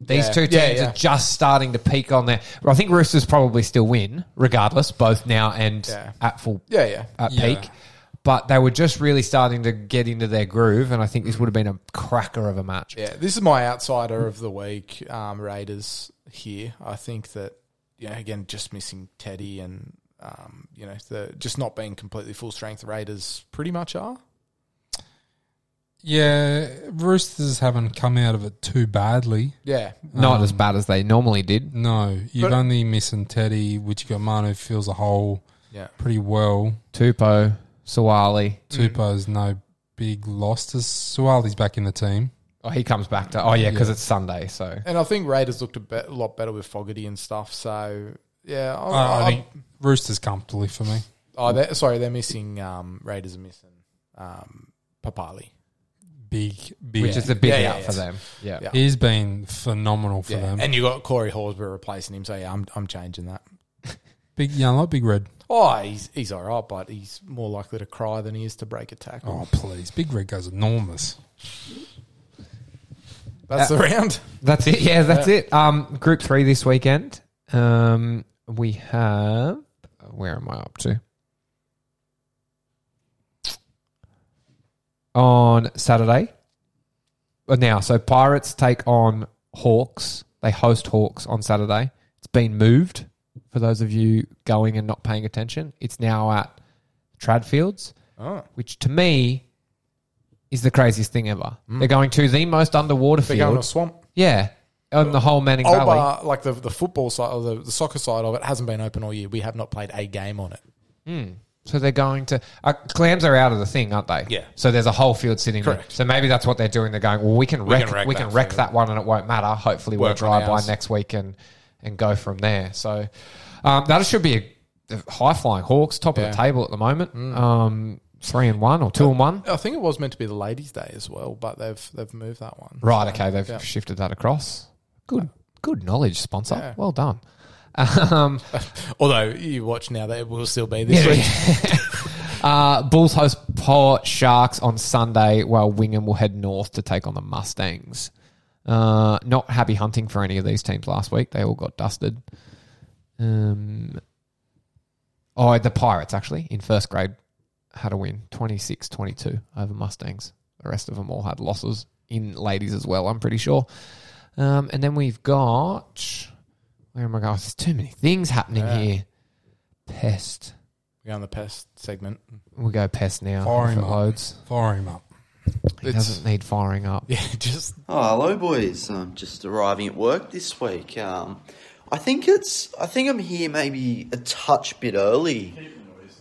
B: These
A: Yeah.
B: two teams
A: Yeah, yeah.
B: are just starting to peak on there. I think Roosters probably still win, regardless, both now and
A: Yeah.
B: at full
A: yeah, yeah.
B: at
C: Yeah.
B: peak. But they were just really starting to get into their groove, and I think this would have been a cracker of a match.
A: Yeah, this is my outsider of the week. Um, Raiders here. I think that you know again just missing Teddy and um, you know the just not being completely full strength. Raiders pretty much are.
C: Yeah, Roosters haven't come out of it too badly.
A: Yeah,
B: Not
A: Um,
B: as bad as they normally did.
C: No, you've
A: But-
C: only missing Teddy, which you got Manu fills a hole
A: yeah.
C: pretty well.
B: Tupo, Sawali.
C: Tupo's no big loss to Suwali's back in the team.
B: Oh, he comes back to. Oh, yeah, because it's Sunday, so.
A: And I think Raiders looked a be- lot better with Fogarty and stuff. So yeah, I, Uh,
C: I,
A: I-
C: I think Uh, Roosters comfortably for me.
A: Oh, they're, sorry, they're missing. Um, Raiders are missing um, Papali.
C: big, big.
B: which is a big
A: Yeah, yeah,
B: out
A: yeah.
B: for them. Yeah.
A: Yeah.
C: He's been phenomenal for
A: Yeah.
C: them.
A: And you got Corey Horsburgh replacing him, so yeah, I'm, I'm changing that.
C: big, yeah, I like Big Red.
A: Oh, he's he's all right, but he's more likely to cry than he is to break a tackle.
C: Oh, please. Big Red goes enormous.
A: That's the
B: <laughs>
A: round.
B: That's it. Yeah, that's it. Um, group three this weekend. Um, we have. Where am I up to? On Saturday. Well, now, so Pirates take on Hawks. They host Hawks on Saturday. It's been moved for those of you going and not paying attention. It's now at Tradfields, which to me is the craziest thing ever. They're going to the most underwater
A: Mm. They're
B: field.
A: going to swamp.
B: Yeah, on the whole Manning Valley.
A: Olbar, like the, the football side or the, the soccer side of it, hasn't been open all year. We have not played a game on it.
B: Hmm. So they're going to uh, clams are out of the thing, aren't they?
A: Yeah.
B: So there's a whole field sitting there.
A: Correct.
B: So maybe that's what they're doing. They're going, well, we can wreck, we can wreck, that,
A: field.
B: one, and it won't matter. Hopefully, we'll
A: Work on
B: dry by
A: ours.
B: next week and and go from there. So um, that should be a high flying Hawks, top
A: Yeah. Mm.
B: of the table at the moment. Um, three and one or two and one.
A: I think it was meant to be the ladies' day as well, but they've they've moved that one.
B: Right. Okay. They've
A: Yeah.
B: shifted that across. Good. Good knowledge, sponsor.
A: Yeah.
B: Well done. Um,
A: Although you watch now, that it will still be this week.
B: Uh, Bulls host Port Sharks on Sunday, while Wingham will head north to take on the Mustangs. Uh, not happy hunting for any of these teams last week. They all got dusted. Um, oh, the Pirates actually in first grade had a win 26 22 over Mustangs. The rest of them all had losses in ladies as well, I'm pretty sure. Um, and then we've got. Where am I going? There's too many things happening
A: Yeah.
B: here. Pest.
A: We're on the pest
B: <laughs>
A: segment.
B: We'll go pest now.
C: Fire
B: if
C: him
B: it
C: up.
B: loads.
C: Fire him up.
B: He
A: It's-
B: doesn't need firing up.
A: Yeah, just
J: Oh, hello, boys. I'm just arriving at work this week. Um, I think it's. I think I'm here maybe a touch bit early.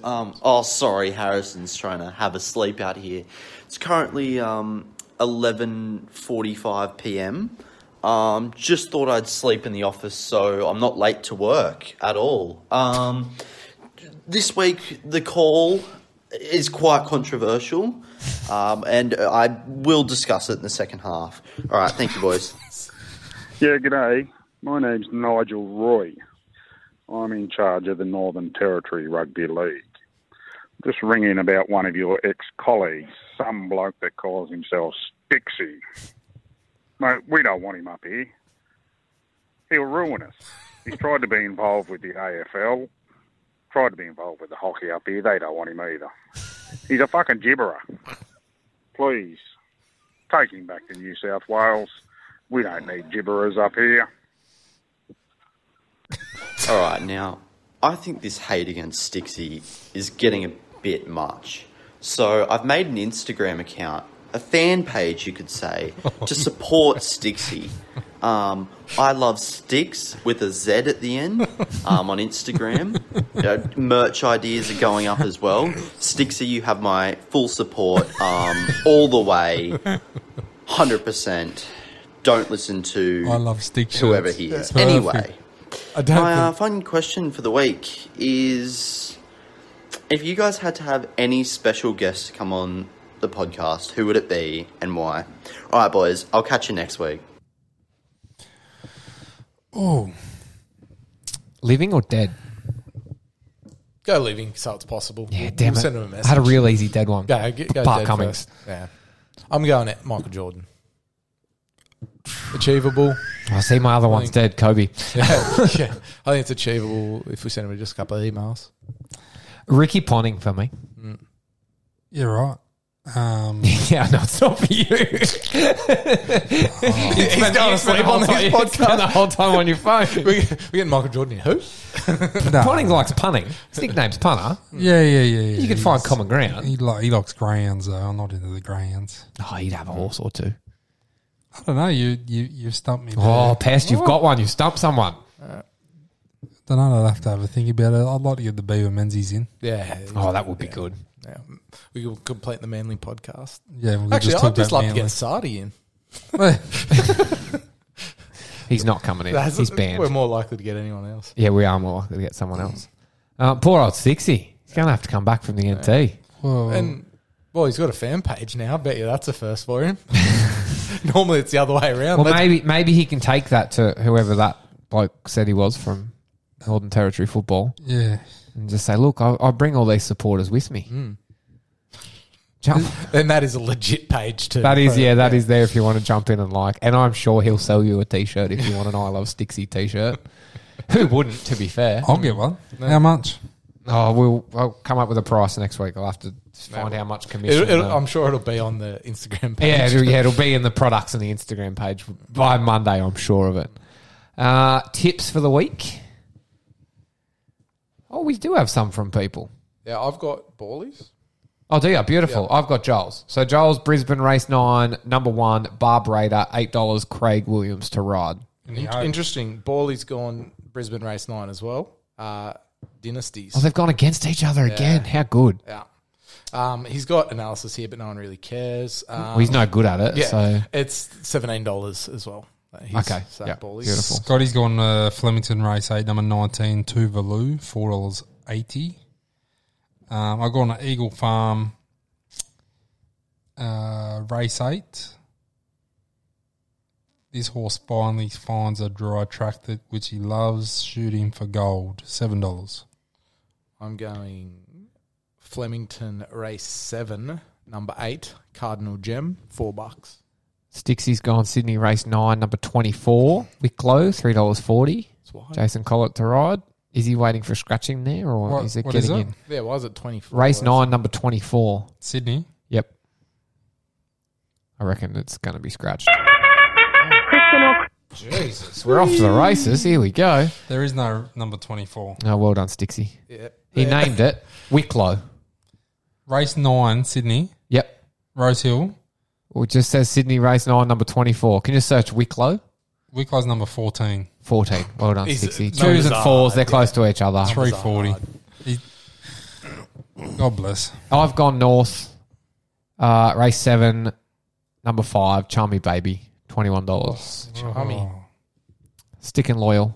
J: Um, oh, sorry, Harrison's trying to have a sleep out here. It's currently um, 11:45 p.m. Um, just thought I'd sleep in the office, so I'm not late to work at all. Um, this week the call is quite controversial, um, and I will discuss it in the second half. All right, thank you, boys.
I: Yeah, g'day. My name's Nigel Roy. I'm in charge of the Northern Territory Rugby League. Just ringing about one of your ex colleagues, some bloke that calls himself Dixie. Mate, we don't want him up here. He'll ruin us. He's tried to be involved with the AFL, tried to be involved with the hockey up here. They don't want him either. He's a fucking gibberer. Please, take him back to New South Wales. We don't need gibberers up here.
J: All right, now I think this hate against Stixie is getting a bit much. So I've made an Instagram account, a fan page, you could say, to
I: <laughs>
J: support Stixie. Um, I love Stix with a Z at the end um, on Instagram. You know, merch ideas are going up as well. Stixie, you have my full support um, all the way, 100%. Don't listen to
C: I love stick
J: whoever
C: shirts.
J: he is.
C: Perfect.
J: Anyway.
A: I don't
J: My uh,
A: think,
J: fun question for the week is: If you guys had to have any special guests come on the podcast, who would it be and why? All right, boys, I'll catch you next week.
C: Oh,
B: Living or dead?
A: go living so it's possible.
B: Yeah, damn
A: We'll
B: it.
A: Send him a message.
B: I had a real easy dead one.
A: go, go, go
B: Park
A: dead
B: Cummings.
A: first. Yeah, I'm going at Michael Jordan. Achievable.
B: I see my other one's dead, Kobe.
A: Yeah, <laughs> yeah. I think it's achievable if we send him just a couple of emails.
B: Ricky Ponting for me. <laughs>
C: you're right. Um,
B: yeah, no, it's not for you. <laughs> He's
A: gone
B: you
A: asleep on
B: spent the <laughs> whole
A: this
B: time- you spent the whole time on your phone.
A: <laughs> We we get Michael Jordan in who?
C: no.
B: Ponting likes punning. His nickname's Punner.
C: Yeah, yeah, yeah. yeah.
B: You can
C: He
B: find
C: likes-
B: common ground.
C: He, li- he likes greyhounds, though. I'm not into the greyhounds.
B: Oh, he'd have a horse or two.
C: I don't know. You you you stumped me.
B: Oh,
C: there.
B: pest, you've got one. You've stumped someone.
C: don't know. I'll have to have a think about it. I'd like to get the Beaver Menzies in.
A: Yeah.
B: Oh, that would be good.
A: yeah. We can complete the Manly podcast.
C: Yeah, we'll
A: Actually,
C: just talk
A: I'd just
C: about
A: love to get
C: Manly.
A: Sardi in.
B: He's not coming in.
A: That's-
B: He's banned.
A: We're more likely to get anyone else.
B: Yeah, we are more likely to get someone else. Uh, poor old Sixy. He's going to have to come back from the NT.
C: Well,
A: And Well, he's got a fan page now. I bet you that's a first for
B: <laughs>
A: him. <laughs> Normally it's the other way around.
B: Well,
A: Let's-
B: maybe maybe he can take that to whoever that bloke said he was from Northern Territory football.
C: Yeah.
B: and just say, look, I'll, I'll bring all these supporters with me. Jump.
A: Then that Hmm. is a legit page too.
B: That is,
A: Right.
B: yeah, that is there if you want to jump in and like. And I'm sure he'll sell you a T-shirt if you want an I Love Stixie T-shirt. Who wouldn't? To be fair,
A: Oh.
C: I'll get one. How much?
B: Oh, we'll I'll come up with a price next week. I'll have to find how much commission.
A: It'll- it'll-
B: uh,
A: I'm sure it'll be on the Instagram page.
B: Yeah, it'll, yeah, it'll be in the products and the Instagram page by Monday. I'm sure of it. Uh, tips for the week. Oh, we do have some from people.
A: Yeah, I've got Ballies.
B: Oh, do you? Beautiful. I've got Joel's. So Joel's Brisbane race nine, number one, Barb Raider, eight dollars, Craig Williams to ride.
A: In- interesting. Bally's gone Brisbane race nine as well. Uh, dynasties.
B: Oh, they've gone against each other again. How good.
A: Yeah. Um, he's got analysis here, but no one really cares. Um,
B: Well, he's no good at it,
A: Yeah,
B: so-
A: it's seventeen dollars as well. He's
B: Okay,
A: so
B: yeah,
A: Baldies.
B: beautiful.
C: Scotty's gone uh, Flemington race eight, number nineteen, Tuvalu, four dollars eighty. Um, I gone to Eagle Farm, uh, race eight. This horse finally finds a dry track that which he loves. Shooting for gold, seven dollars.
A: I'm going Flemington race seven, number eight, Cardinal Gem, four bucks.
B: Stixie's gone Sydney race nine, number twenty four. Wicklow, three dollars forty.
A: wide.
B: Jason Collett to ride. Is he waiting for scratching there or
A: What-
B: is it
A: what
B: getting
A: is it?
B: in?
A: Yeah, why is it 24?
B: Race
A: Why
B: nine, number twenty four.
C: Sydney.
B: Yep. I reckon it's gonna be scratched.
A: Jesus,
B: We're off to the races. Here we go.
C: There is no number twenty-four.
B: Oh, well done, Stixie.
A: Yep.
B: He
C: Yeah.
B: named it Wicklow.
C: Race nine, Sydney.
B: Yep.
C: Rose Hill.
B: Well, it just says Sydney race nine, number 24. Can you search Wicklow?
C: Wicklow's number fourteen.
B: 14. Well done,
C: He's-
B: Stixie.
C: numbers
B: Twos and
C: are
B: fours, they're
C: hard,
B: close to each other.
C: Three forty. God bless.
B: I've gone north. Uh, race seven, number five, Charmy Baby, $21. Oh,
A: Charmy.
C: Oh,
B: Stick and loyal.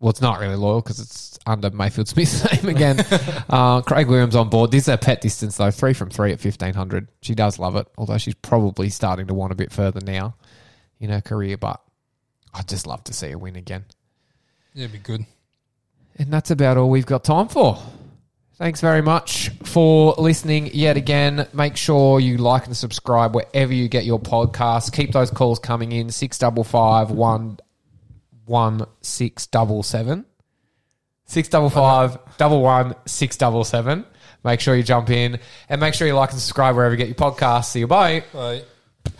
B: Well, it's not really loyal because it's under Mayfield Smith's <laughs> name again. uh, Craig Williams on board. This is her pet distance, though. Three from three at 1500. She does love it, although she's probably starting to want a bit further now in her career, but I'd just love to see her win again.
C: Yeah, it'd be good.
B: And that's about all we've got time for. Thanks very much for listening yet again. Make sure you like and subscribe wherever you get your podcasts. Keep those calls coming in six double five one one six double seven. Six double five double one six double seven. Make sure you jump in and make sure you like and subscribe wherever you get your podcasts. See you. Bye.
C: Bye.